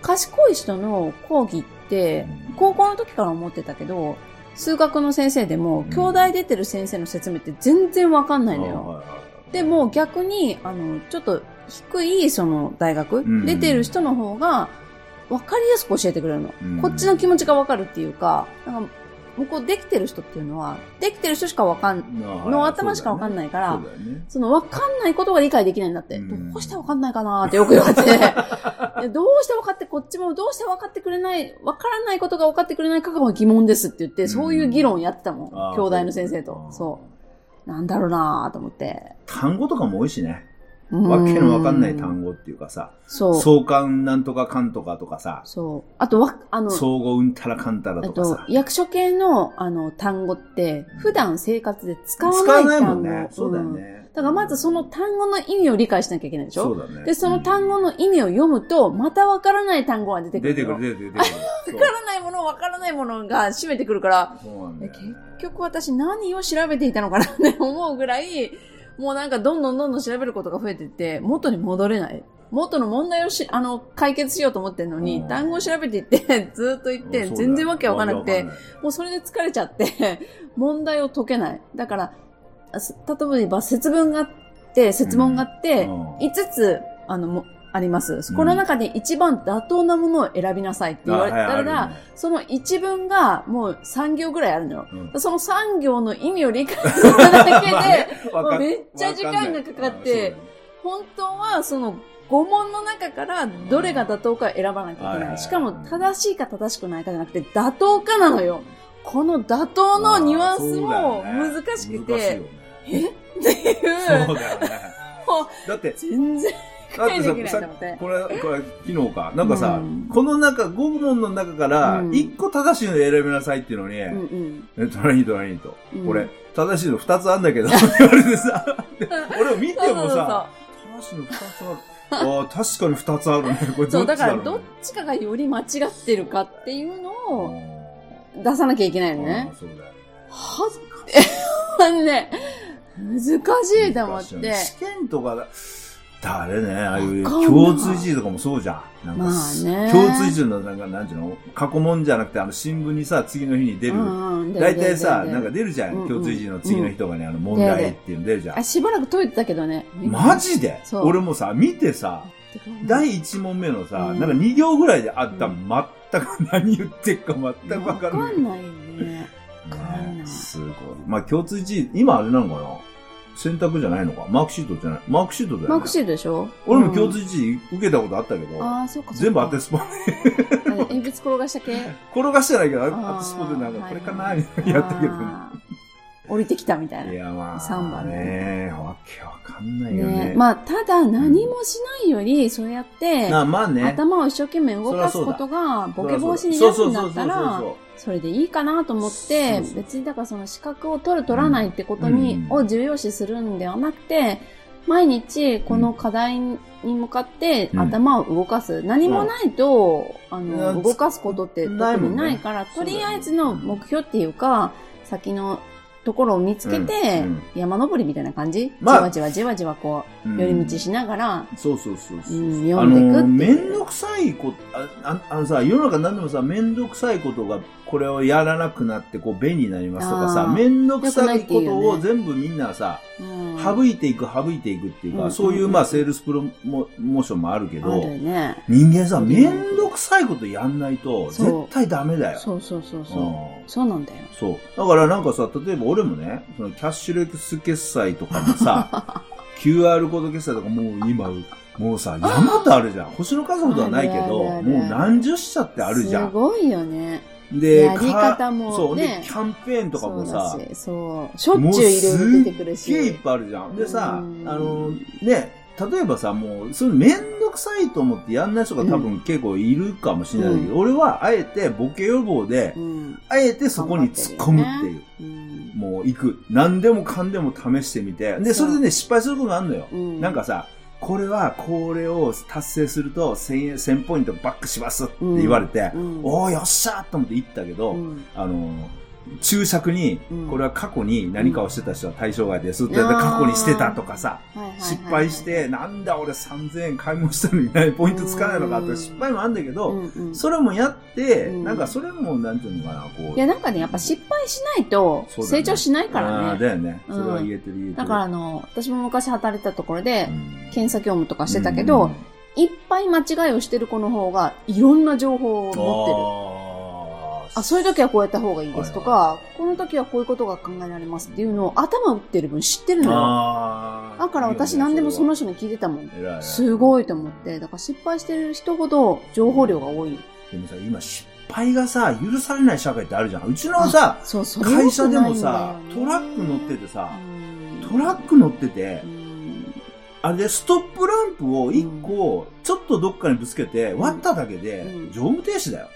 賢い人の講義って、高校の時から思ってたけど、数学の先生でもん、兄弟出てる先生の説明って全然わかんないのよ。はいはいはいでも逆に、あの、ちょっと低いその大学、ん出てる人の方が分かりやすく教えてくれるの。うんこっちの気持ちが分かるっていうか、なんか、向こうできてる人っていうのは、できてる人しか分かん、の頭しか分かんないから、そうだよね。その分かんないことが理解できないんだって。うんどうして分かんないかなってよく言われ *laughs* て。でどうして分かって、こっちもどうして分かってくれない、分からないことが分かってくれないかが疑問ですって言って、そういう議論やってたもん。あー兄弟の先生と。そそうう。なんだろうなーと思って。単語とかも多いしね。わわけのわかんない単語っていうかさ、そう。そう。相関なんとかかんとかとかさ、あとわ、あの、相互うんたらかんたらあとかとさ、。役所系の、あの、単語って、普段生活で使わない単語。使わないもんね。そうだよんね。だからまずその単語の意味を理解しなきゃいけないでしそょうだね。で、その単語の意味を読むと、またわからない単語が出うてんくるの出てよ。くる、出てくる、出てくる。わからないもの、わからないものが占めてくるから、そうそうなんだえよね結局私何を調べていたのかなって思うぐらい、もうなんかどんどんどんどん調べることが増えていって、元に戻れない。元の問題をし、あの、解決しようと思ってんのうんに、単語を調べていって、 *laughs* ずっと言って、そうだよ全然わけわかんなくてわ、けわかんないもうそれで疲れちゃって、 *laughs* 問題を解けない。だから、あす例えば節分があって、節問があって、うん5つ、あの、もあります。この中で一番妥当なものを選びなさいって言われたら、あはいあるねその一文がもう3行ぐらいあるのよ。うんその3行の意味を理解するだけまあねで、わかんめっちゃ時間がかかってわんない本当はその5問の中からどれが妥当か選ばなきゃいはけいはいなはいい。しかも正しいか正しくないかじゃなくて妥当かなのよ。この妥当のニュアンスも難しくて、そうだよね難しいよねっていう、 *laughs* そうだよね。だって、全然だって理解できないさと思っ、てこれ、これ、昨日か。なんかさ、うんこの中、5問の中から、うん1個正しいの選びなさいっていうのに、うんうん。え、どれにどれにとう。ん俺、正しいの2つあんだけど、 *laughs* って言われ *laughs* てさ、で俺を見そうてそうもそうさ、正しいの2つある。あー確かに2つあるね。これそどう、っだちかだらろうどっちかがより間違ってるかっていうのをあ出さなきゃいけないーのねあー。そうだよね。はず、 *laughs* え、ね、難しいと思っ難しいよねて。試験とかだ、だあれね、ああいうわかんない共通一時とかもそうじゃん。なんかまあね共通一時のなんか、なんていうの過去問じゃなくて、あの、新聞にさ、次の日に出る。大体さ、なんかか、出るじゃん。うんうん共通一時の次の日とかにあの、問題っていうの出るじゃあ、ん。しばらく解いてたけどね。マジでそう俺もさ、見てさ、第1問目のさ、うんなんか2行ぐらいであった、う全く何言ってっか全くわわかかんない。んないよね。わかんないねすごい。まあ共通一時、今あれなのかな選択じゃないのかマークシートじゃないマークシートだよね。マークシートでしょ俺も共通うん一時受けたことあったけど、ああ、そうか。全部当てる。スポ。あ鉛筆転がした系転がしてないけど、あー当てスポでなんかこれかなはいみた *laughs* いなやったけどね。あー降りてきたみたいな。いやまあ、三番ねわけわかんないよね。ねまあ、ただ何もしないより、そうやって、なまあね。頭を一生懸命動かすことが、ボケ防止にそなうそるうんそだうったそうらそう、そうそれでいいかなと思って、そうそう別にだからその資格を取る取らないってことに、うんを重要視するんではなくて、毎日この課題に向かってうん頭を動かす。何もないと、あうの、ん動かすことってない特もにんねないから、そとうだよねりあえずの目標っていうか、先のところを見つけてうんうん、山登りみたいな感じ、まあじわじわじわじわこうんう、寄り道しながら、そうそうそうそう。うん読あんでいくっていうの、めんどくさいこと、あああのさ、世の中何でもさ、めんどくさいことが、これをやらなくなって、こう、便利になりますとかあさ、ーめんどくさいことよくないをっ全部みんなさ、うん省いていく、省いていくっていうんううんうか、んそういう、まあ、セールスプロモモーションもあるけあど、るね。人間さ、めんどくさいことやんないと、そう絶対ダメだよ。そうそうそうそう。うんそうなんだよ。そう。だからなんかさ、例えば俺もね、そのキャッシュレス決済とかも *laughs* さ、QR コード決済とかもう今、もうさ、山とあるじゃん。星の数ほどはないけあるど、あるあるもう何十社ってあるじゃすん。ごいよね。で、やり方かもそう、ねで、キャンペーンとかもさそう、だしそう。しょっちゅういろいろ出てくるすっげえいしっ。ぱいあるじゃん。でさ、あうんの、ね、例えばさ、もう、それめんどくさいと思ってやんない人が多分結構いるかもしれないけど、俺はあえてボケ予防で、うん。あえてそこに突っ込むっていう。うん。もう行く。何でもかんでも試してみて。で、そそうれでね、失敗することがあるのよ。うんなんかさ、これは、これを達成すると、1000円、1000ポイントバックしますって言われて、うんおー、よっしゃーと思って行ったけど、うんあのー、注釈にうん、これは過去に何かをしてた人は対象外ですって、うん過去にしてたとかさ、はいはいはいはい失敗して、なんだ俺3000円買い物したのに何ポイントつかないのかっうてん失敗もあるんだけど、うんうんそれもやって、うんなんかそれも、なんていうのかな、こうい、や、なんかね、やっぱ失敗しないとそうだね成長しないかあらーね。だよね。それは言えてる言えてる。だからあの、私も昔働いてたところでう、ん、検査業務とかしてたけうどん、いっぱい間違いをしてる子の方が、いろんな情報を持ってる。あーあ、そういう時はこうやった方がいいですとはいか、この時はこういうことが考えられますっていうのを頭打ってる分知ってるのよ。あーだから私何でもその人に聞いてたもん。いいよねそれは偉いすごいと思って。だから失敗してる人ほど情報量が多い。でもさ、今失敗がさ、許されない社会ってあるじゃん。うちのさ、そう、それ良く会社でもなさいん、だトよねラック乗っててさ、うんトラック乗っててう、んあれでストップランプを一個、ちょっとどっかにぶつけて、割っただけでう、ん乗務停止だよ。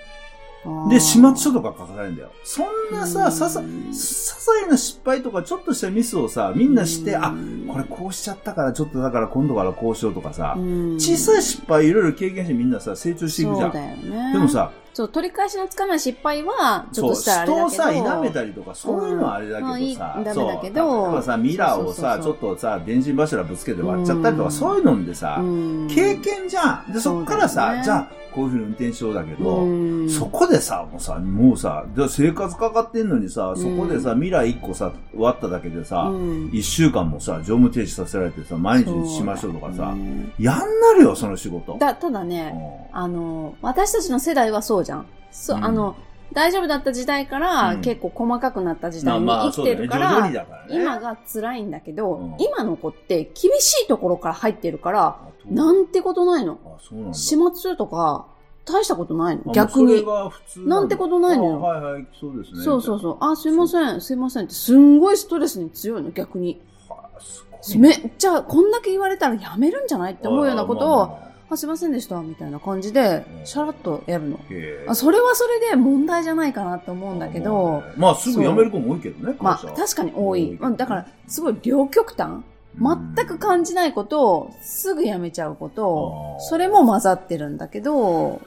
あーで、始末書とか書かされるんだよ。そんなうさ、んささ、些細な失敗とかちょっとしたミスをさ、みんなして、うんあ、これこうしちゃったから、ちょっとだから今度からこうしようとかさ、うん小さい失敗いろいろ経験してみんなさ、成長していくじそゃん。うだよね。でも、さ、そう、取り返しのつかない失敗は、ちょそっう、としたらあれ人だをけど。さ、否めたりとか、そういうのはあれだうんけどさまあい、いダメそうだけど例えばさ、ミラーをさ、ちそょうっとさ、電信柱ぶつけて割っちゃったりとうか、んそういうのでさ、うん経験じゃん。で、そっからそうださ、よねじゃあ、こういうふうに運転しようだけど、うんそこでさ、もうさ、もうさ、で生活かかってんのにさ、そこでさ、ミラー1個さ、割っただけでさ、うん一週間もさ、乗務停止させられてさ、毎日しましょうとかそうださ、ねやんなるよ、その仕事。だ、ただうね、んあの、私たちの世代はそうじゃん。そう、うんあの、大丈夫だった時代から、うん結構細かくなった時ま代あにまあ、生きそうてだね。る徐から、々にだからね。今が辛いんだけど、うん今の子って厳しいところから入ってるから、あ、そうなんてことないの。あ、そうなんだ。始末書とか、大したことないあの。逆に。もうそれが普通だなんてことないのよあはいはい、そうですね。。そうそうそうう。あ、すいません、すいませんって、すんごいストレスに強いの、逆に。はあ、すごい。めっちゃ、こんだけ言われたらやめるんじゃないって思うようなことあまを、あまあまああ、すいませんでした、みたいな感じで、シャラッとやるの。へえあそれはそれで問題じゃないかなって思うんだけど、まあ、まあすぐ辞める子も多いけどね、まあ、会社確かに多多いい。まあ、だから、すごい両極端。全く感じないことを、すぐやめちゃうことあー、それも混ざってるんだけど、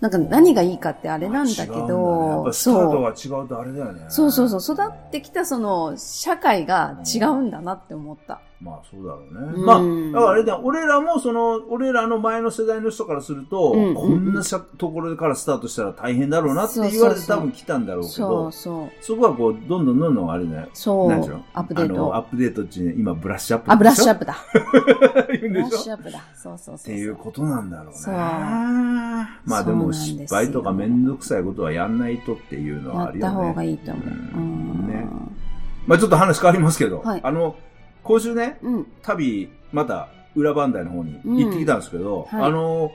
なんか何がいいかってあれなんだけ違うんだねやっど、ぱスターそうト。が違うとあれだよね。そうそうそう、育ってきたその社会が違うんだなって思った。まあそうだろうね。うんまあ、だからあれだよ、俺らもその、俺らの前の世代の人からすると、うんうんうんこんなしゃところからスタートしたら大変だろうなって言われてそうそうそう多分来たんだろうけそどう、そう。そこはこう、どんどんどんどんあれね、そなんていううの。アップデーあのアト。ップデートっていうね今ブラッシュアップあ、ブラッシュアッップだ。プ。言うブんでラしッょっシュアップだ。そうそうそうそてう。いうことなんだろうね。そうまあでそうもなん失ですよ敗とかめんどくさいことはやんないとっていうのやはあっるたよ方がね。いいと思う。うんねうんまあちょっと話変わりますけど、はいあの、今週ね、うん。旅、また、裏磐梯の方に行ってきたんですけど、うんはいあの、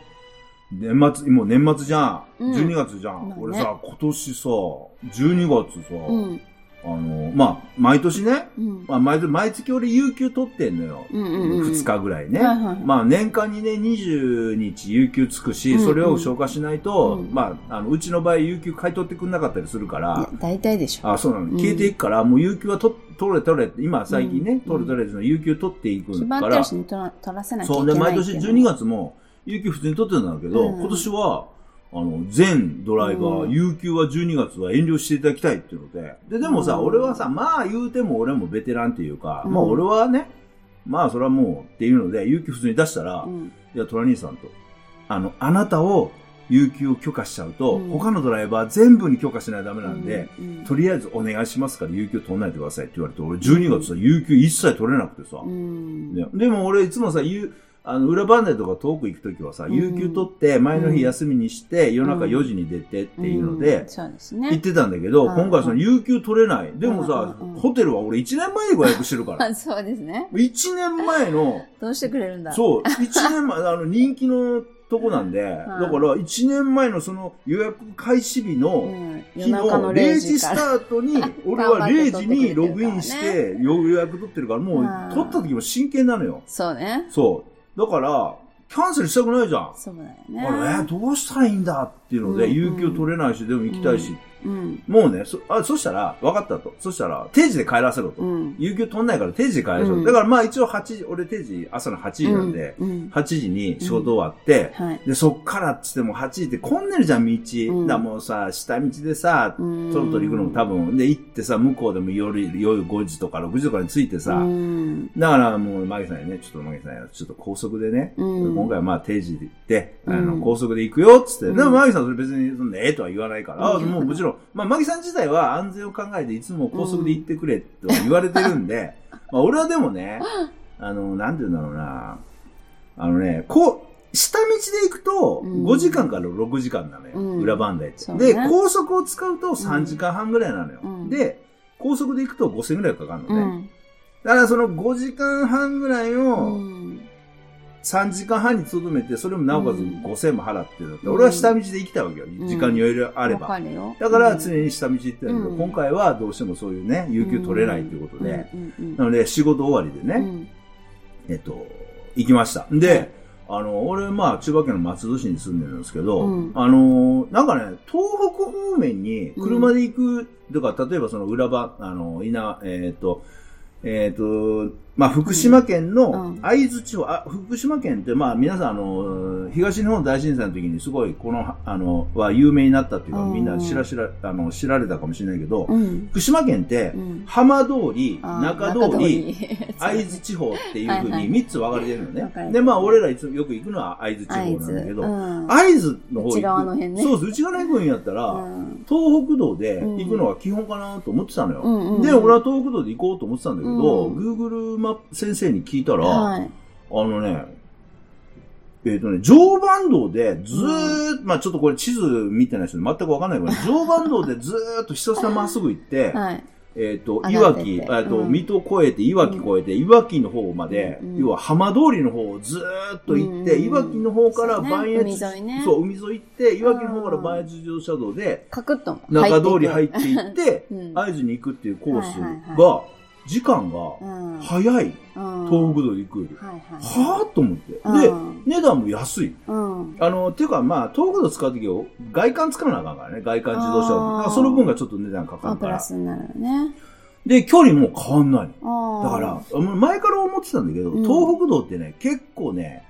年末、もう年末じゃん。うん12月じゃん。まあね俺さ、今年さ、12月さ、うん。あの、まあ、毎年ね、うん。まあ、毎毎月俺有給取ってんのよ。うんうんうん。 2日ぐらいね。はいはいはいまあ、年間にね、20日有給つくし、うんうんそれを消化しないと、うんまあ、あの、うちの場合、有給買い取ってくんなかったりするから、いや大体でしょ。あ、そうなの。ん消えていくから、もう有給はと取れ取れって、今最近ね、うん取れ取れっていうの有給取っていく決まかってらる、し、取ら取らせなきゃいそうけなね、い。毎年12月。月も有給普通に取ってたんだけど、うん今年は、あの、全ドライバー、うん有給は12月は遠慮していただきたいっていうので、で、でもさ、うん俺はさ、まあ言うても俺もベテランっていうか、うんまあ俺はね、まあそれはもうっていうので、有給普通に出したら、うんいや、トラ兄さんと、あの、あなたを有給を許可しちゃうと、うん他のドライバー全部に許可しないとダメなんで、、うんとりあえずお願いしますから、有給取らないでくださいって言われて、俺12月さ、有給一切取れなくてさ、うんねでも俺いつもさ、ゆあの裏番台とか遠く行くときはさ、うん有給取って、前の日休みにして、夜中うん4時に出てっていうのんで、そうです行っね。てたんだけど、うん今回その有給取れない。でもさうんうんうん、ホテルは俺1年前にご予約してるから。あ *laughs* そうですね。 1年前の、どうしてくれるんだそう、1年前、あの人気のとこなんで、だかんら1年前のその予約開始日うの、ん、夜日の中の0 0時時スかタら。ートに、俺は0時にログインして予約取ってるから、もう取った時も真剣なのよ。そうね。そう。だから、キャンセルしたくないじゃん。そうだよあれ、ね。どうしたらいいんだっていうので、うん有給取れないし、でも行きたいし。うん。もうね、そ、あ、そしたら、分かったと。そしたら、定時で帰らせろと。うん。有給取んないから定時で帰らせろと。うんだからまあ一応8時、俺定時、朝の8時なんで、うんうん8時に仕事終わって、はい。で、そっからっつっても8時って混んでるじゃん、道。うんだからもうさ、下道でさ、うトんロトロ行くのも多分、で、行ってさ、向こうでも夜、夜5時とか6時とかに着いてさ、うんだからもう、マギさんにね、ちょっとマギさんよ、ちょっと高速でね、うん今回はまあ定時で行って、あの、うん高速で行くよ、っつって。うんでもマギさんそれ別に、そんなええとは言わないから、うんもうも *laughs* ちろん、まあマギさん自体は安全を考えていつも高速で行ってくれとは言われてるんで、まあ俺はでもね、あの、なんて言うんだろうな、あのね、こう、下道で行くと、うん5時間から6時間なのよ。うん裏番台って、そうで、ね高速を使うと3時間半ぐらいなのよ。うんで、高速で行くと5000ぐらいかかるのね。うん。だからその5時間半ぐらいうをん。 3時間半に勤めて、それもなおかつうん5000円も払ってだって、うん俺は下道で行きたいわけよ。ん時間に余裕あれわばか。るよ。だからに常に下道行ってたんだけど、うん今回はどうしてもそういうね、有給取れないということで。うんうんなので仕事終わりでうね、ん。えっと、行きました。で、あの、俺、まあ、千葉県の松戸市に住んでるんですけど、うんあの、なんかね、東北方面に車で行く、とか、例えばその裏場、あの、稲、えっ、と、えっ、と、まあ、福島県うのん会津地方、あ、福島県って、まあ、皆さん、あの、東日本大震災の時にすごい、この、あの、は有名になったっていうか、うんみんな知ら知ら、あの、知られたかもしれないけど、うん。福島県ってう、ん。浜通り、あー中通り、中会通り津地方っていうふうはいはいに3つ分かれてるの分ね。かれてるで、まあ俺らいつもよく行くのは会津地方会な津んだけど、うん会津の方行く。内側の辺ねそうです。内側の辺やったら、うん東北道で行くのが基本かなと思ってたのよ。うんうんうんで、俺は東北道で行こうと思ってたんだけど、う Google マップ先生に聞いたら、はい。あのね、えっ、とね、常磐道でずーっと、まあちょっとこれ地図見てない人全くわかんない *laughs* から、常磐道でずーっとひたすらまっすぐ行って、はい。えっ、と、上いがわってってき、えっ、と、うん水戸越えて、いわき越えて、いわきの方まで、うん要は浜通りの方をずーっと行って、うんいわきの方からそうね磐越、海沿いねそう、海沿い行って、いわきの方から磐越自動車道で、カクッと。中通り入っってていって、いく。うん。会津に行くっていうコーはスいはいが、時間がうん。はい。早い、東北道行くより。はいはい。はぁと思って。でうん、値段も安い。うん。あの、ていうかまあ、東北道使うときを外観使わなあかんからね、外観自動車道。あーだからその分がちょっと値段かかあ、るプかラら。スになるよね。で、距離も変わんないの。あだあ。から、もう前から思ってたんだけど、うん東北道ってね、結構ね、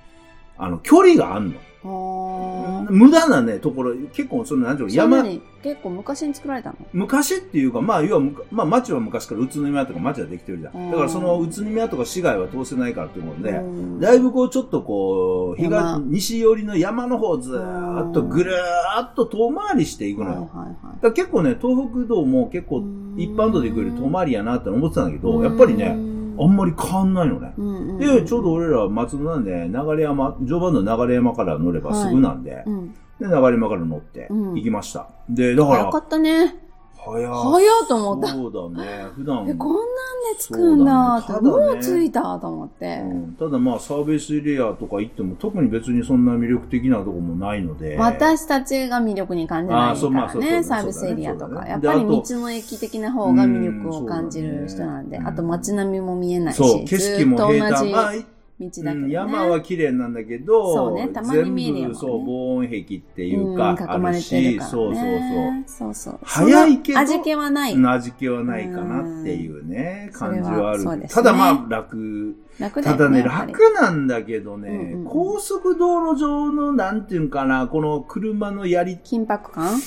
あの、距離があんの。あー、無駄なね、ところ、結構、その、なんていうの、そんな山、に結構昔に作られたの昔っていうか、まあ、要はむか、まあ、町は昔から宇都宮とか町はできてるじゃうんん。だから、その宇都宮とか市街は通せないからっていうことで、うんだいぶこう、ちょっとこう、東山、西寄りの山の方をずーっとぐるーっと遠回りしていくのはいよ。はいだから結構ね、東北道も結構、はい。一般道で行くより遠る回りやなって思ってたんだけど、やっぱりね、あんまり変わんないのね。うんで、ちょうど、ど俺ら松戸なんで、流山、常磐道流山から乗ればすぐなんで、うん、で、流山から乗ってうん行きました。で、だか早らか、ったね。早早いいと思った。そうだね、普段。え、こんなんでつくんだって、そうだねただねもうついたと思って。うんただまあ、サービスエリアとか行っても、特に別にそんな魅力的なとこもないので。私たちが魅力に感じなあーいそうかまあらそうそうね、そうサーだねビスエリアとそうだか。ねやっぱりであと道の駅的な方が魅力を感じる人なんで、うんあと街並みも見えないし、そう、景色もずーっ平と同坦。じ。まあ、道だけうど、ねん、山は綺麗なんだけど、そうねたまに見える全よね部そう、防音壁ってていうか、あ囲まるれてし、るから、ね。そうそうそう。そうそう。早いけどその味気はない。味気はないかなっていうね、うん感じはあそれはそうる。ですたねだまあ楽、楽だたよだね、やっぱり楽なんだけどね、うんうん高速道路上の、なんていうんかな、この車のやり、緊迫感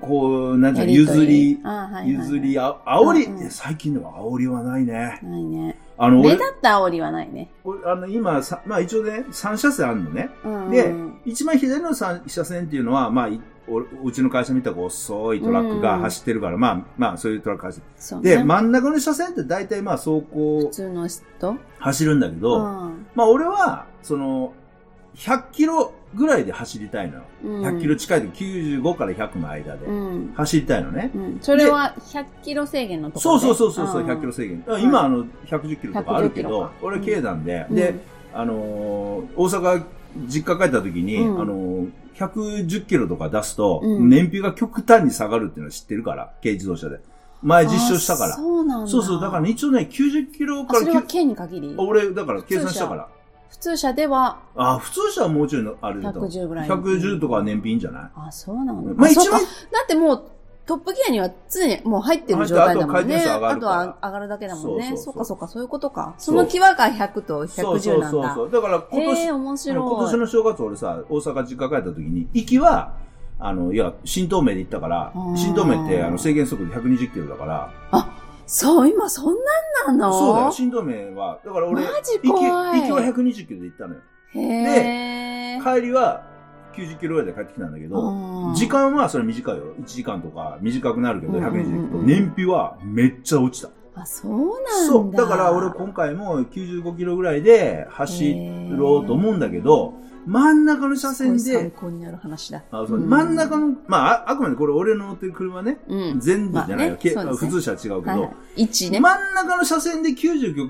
こう、なんてやいうりのと譲り、あはいはいはい譲りあ、煽り、うんうんいや最近では煽りはないね。ないね。あの、目俺立、った煽りはないね。俺あの今さ、まあ一応ね、3車線あるのね。うんうん、で一番左の3車線っていうのは、まあ、いおうちの会社見たら遅いトラックが走ってるから、まあ、まあ、そういうトラック走ってそうねで、真ん中の車線って大体まあ、走行普、通の人走るんだけど、うんまあ、俺は、その、100キロぐらいで走りたいのよ。うん100キロ近いと95から100の間でうん。走りたいのね。うん。それは100キロ制限のとこそろうでそうそうそうそう、ん100キロ制限。い今、あの、110キロとかあるけ110キロどか、俺は軽段で、うんで、あのー大阪、実家帰った時に、うんあのー110キロとか出すと、うん燃費が極端に下がるっていうのは知ってるから、軽自動車で。前実証したかあら。そうなんだ。そうそう、だから、ね、一応ね、90キロあかそれはら、きゅ県に限り俺、だから計算したから。普通車ではあ、普通車はもうちょいの、あれだと思う。 110ぐらい。 110とかは燃費いいんじゃないあ、そうなんだ。まあ一そうか番だってもう、トップギアには常にもう入ってる状態だもんね。入っあてあと回転数上がるとからは上がるだけだもんね。そそううそうそうかそうか、そういうことか。そそうの際が100とそうそう110なんだ。そうそう。だから今年、えー、面白い。今年の正月俺さ、大阪実家帰った時に、行きは、あの、いや、新東名で行ったからあ、ー新東名ってあの制限速度120キロだから、そう、今そんなんなのそうだよ、新東名は。だから俺、行マジき、行き怖い。は120キロで行ったのよ。へー。帰りは90キロぐらいで帰ってきたんだけど、うん時間はそれ短いよ。1時間とか短くなるけど、うんうんうんうん120キロ。燃費はめっちゃ落ちた。あ、そうなんだ。そう。だから俺今回も95キロぐらいで走ろうと思うんだけど、真ん中の車線すごい参で、考になる話だ。あそううん真ん中の、まあ、ああくまでこれ俺の乗ってる車ね、うん。全部じゃなまあいよ、ねけそうです普ね通車は違うけはいはど、い。1ね。真ん中の車線で95キロ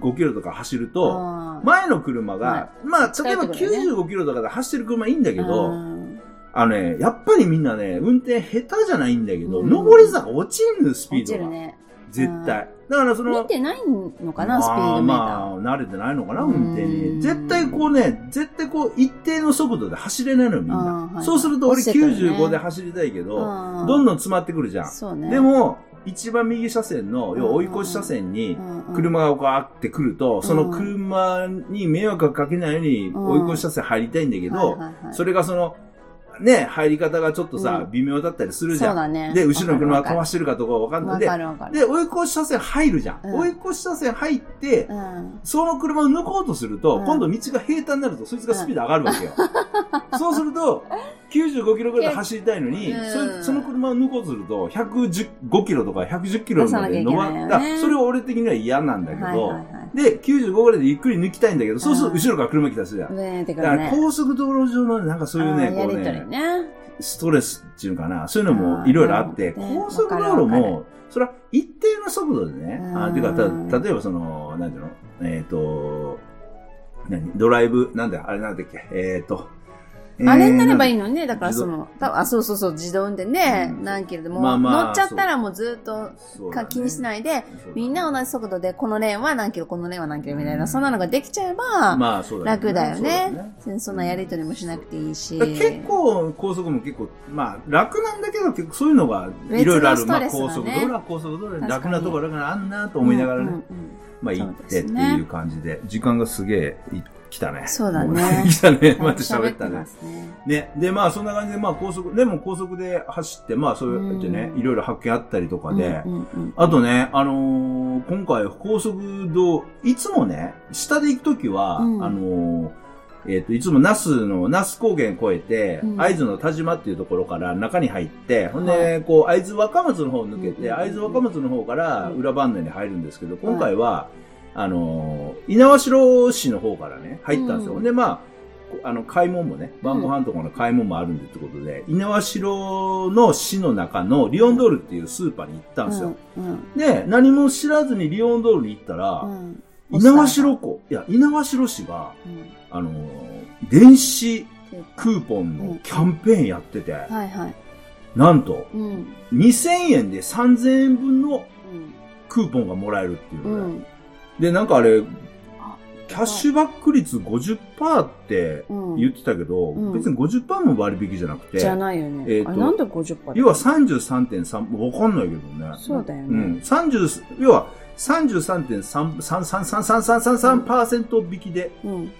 5キロとか走ると、あー前の車が、まあ、例えば近いところね95キロとかで走ってる車いいんだけうど、んあのね、やっぱりみんなね、運転下手じゃないんだけど、うん上り坂落ちんのスピ落ーちドるが。ね。絶対。だからその見、てないのかな、スピードメーター。まあ、まあ、慣れてないのかな、運転うに。ん絶対こうね、絶対こう、一定の速度で走れないのよ、みんあーはいな。はいそうすると俺落ちてくるね95で走りたいけど、うどんどん詰まってくるじゃん。そうね。でも、一番右車線の、要は追いうん越し車線にう、んうん、車がガーって来ると、その車に迷惑がかけないように、うん追い越し車線入りたいんだけど、はいはいはいそれがその、ね、入り方がちょっとさう、ん微妙だったりするじそうゃん。だね。で、後ろの車わがかかるわしてるかとかわかんない。わでか、るわかる。で、追い越し車線入るじゃん。うん追い越し車線入って、うん。その車を抜こうとすると、うん今度道が平坦になると、そいつがスピード上がるわけよ。 *laughs* そうすると、95キロぐらいで走りたいのに、うんそれその車を抜こうとすると、115キロとか110キロまで伸ば出さなきゃいけないよねだからそれは俺的には嫌なんだけど、はいはいはい。で、95ぐらいでゆっくり抜きたいんだけど、そうするとうん後ろから車来たりするじゃん。出てくだかるらね。高速道路上のなんかそういうあね、ーこうやりとりね。ストレスっていうのかな、そういうのもいろいろあって、あーなるほどね高速道わ路かるわも、それは一定の速度でね、うんあーていうか、た、例えばその、なんていうの、えっ、と、何、ドライブ、なんだよ、あれなんだっけ、えっ、と、あれになればいい。いのにね。だからその、多分あ、そうそうそう、自動運転でうん何キロでも、まあまあ乗っちゃったらもうずっとそうだかね気にしないで、そうだねみんな同じ速度で、このレーンは何キロ、このレーンは何キロみたいな、うんそんなのができちゃえば、まあ、そうだ楽だよそうだね。そんなやりとりもしなくていいし。だから結構、高速も結構、まあ、楽なんだけど、結構そういうのがいろいろある。別まのあ、ストレスがね高速道路は高速道路で確楽かになところだからあんなと思いながらうね、んうんまあ、行そうっでてっすてねいう感じで、時間がすげえい来たね。そうだねも *laughs* 来たねう。んまた喋った喋ねま。すね。ね。で、まあ、そんな感じで、まあ、高速、でも高速で走って、まあ、そうやってね、うんいろいろ発見あったりとかで、うんうんうんあとね、あのー今回高速道、いつもね、下で行くときは、うんあのーえっ、と、いつも那須の、那須高原越えて、うん会津の田島っていうところから中に入って、ほんはで、こう、会津若松の方を抜けて、うん会津若松の方からうん裏番内に入るんですけど、今回は、あのー猪苗代市の方からね、入ったんですよ。うんほんで、まあ、こあの、買い物もね、晩ご飯とかの買い物もあるんでってことで、猪苗代の市の中のリオンドールっていうスーパーに行ったんですよ。うんうんで、何も知らずにリオンドールに行ったら、うん猪苗代湖、いや、猪苗代市が、うんあのー電子クーポンうのんキャンペーンやってて、はいはい。なんと、うん。 2000円で3000円分のうんクーポンがもらえるっていううので、ん。で、なんかあれ、キあャッシュバック率50%ってうん言ってたけど、うん別に50%も割引じゃなくて、じゃないよね。えーとあれなんで50パ要は33.3、もうわかんないけどね。そうだよね。うん。30、要は33.3%引きで、うん。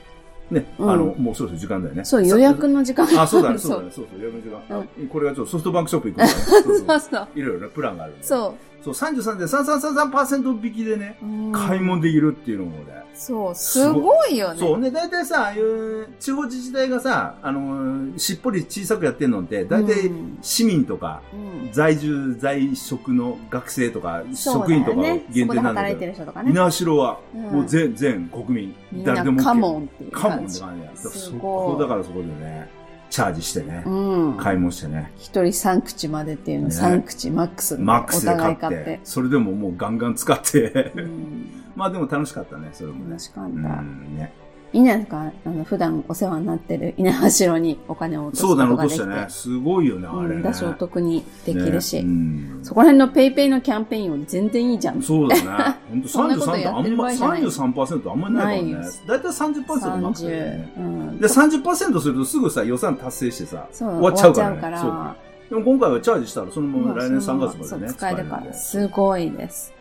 ね、うんあの、もうそろそろ時間だよね。そう、予約の時間あ、そうだね、そそううだね、そうそう、予約の時間。あこれがちょっとソフトバンクショップ行くんだね。そうそうそうそう。いろいろなプランがあるんで。 *laughs* そそう、33.3333%引きでね、う。うん買い物できるっていうのもね。そう、すごいよね。そうね、大体さ、ああいう地方自治体がさ、あのー、しっぽり小さくやってるのって、大体うん市民とか、うん。在住、在職の学生とか、そう職だよ員ねそことかが限で定なんだ働けいてど、る人とかね。猪苗代は、うんもう全、全国民、みん誰でなもカ OK モンっていうカモ感ンってじ。感じだ。すそごいこ、だからそこでね、チャージしてね、うん。買い物してね、一人三口までっていうの、ね三口マックス。マックスでお互買いって、買って。それでももうガンガン使って、 *laughs* うん。まあでも楽しかったね、それもね楽。しかうった。ん、ね。いいんじゃないですかあの、普段お世話になってる稲葉城にお金を落とすそこうだね、と落がとでき。してたね。すごいよね、あれうね。ん、だしお得にできるし。ねうんそこら辺のペイペイのキャンペーンより全然いいじゃん。そう *laughs* だね。本当そんなこと33ってやあってんる場ま、合じゃない33%あんまりないからないねよ。だいたい30%マックスだよね。 30。うんで、。30%するとすぐさ、予算達成してさ、そ終う、わっちゃうからね。終そうわっちでも今回はチャージしたら、そのゃうまかまら。う来年んそ3の月までそね。う使えるから。ねすごいです。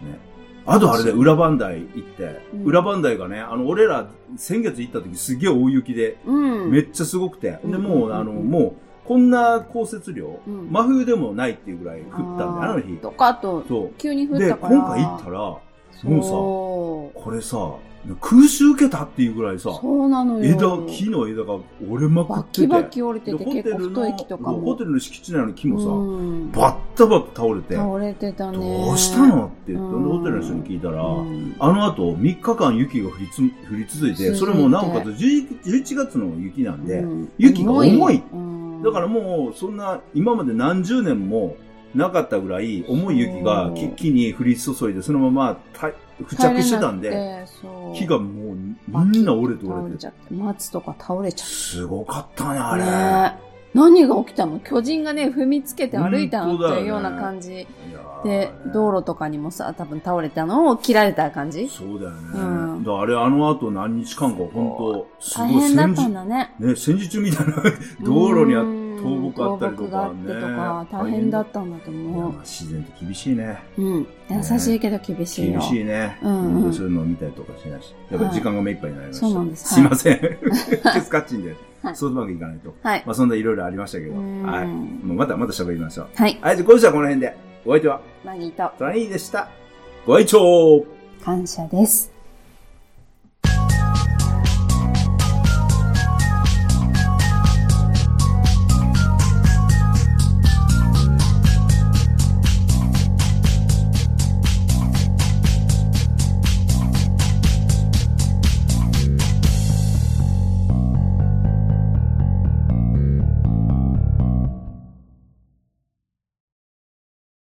あとあれで、裏磐梯行ってう、ん裏磐梯がね、あの、俺ら先月行った時すげえ大雪で、うん。めっちゃすごくて。うんで、もうんう、あの、もう、こんな降雪量、うん真冬でもないっていうぐらい降ったんだよ、あの日。とか、あと、そ急に降う。っで、たから。今回行ったら、もそう。さ、これさ、空襲受けたっていうぐらいうさ、そうなのよ。枝、木の枝が折れまくバってキて。バキ折れでてて、結構太い木とかも。ホテルの敷地内の木もうんさ、バッタバッタ倒れて、倒れてたね。どうしたのって言って、うんホテルの人に聞いたら、うんあの後3日間雪が降りつ降り続い続いて、てそれもなおかつ11 11月の雪なんで、うん雪が重いうんだからもうそんな今まで何十年もなかったぐらい重い雪がそ木う木に降り注いでそのままた付着してたん帰れで、なくて、そう木がもうみんな折れて倒折れれちて。ゃって、松とか倒れちゃっすごかったね、た。あれ。ねえ何が起きたの巨人がね、踏みつけて歩いたのっ本当だよねていうような感じ。いやーで、道路とかにもさ、多分倒れたのを切られた感じそうだよね。うんだからあれ、あの後何日間か、本当す大ごい変だっ戦たん時、だね。ね、戦時中みたいな道路にあうっん倒木あったり倒と木があかっねてとか、大変だったんだといや思まあ自然って厳しいね。う。うん。優しいけど厳しいよ。厳しいね。うんうんそういうのを見たりとかしないし。やっぱ時間が目いっぱいになりました。そうなんですすい *laughs* ません。ケツカッチンでは、いそううまくいかないと。はい。まあそんないろいろありましたけど。うはい。んもうまたまた喋りましょう。はい。はい、じゃあ今週はこの辺で。お相手は、マギーとトラニーでした。ご愛聴感謝です。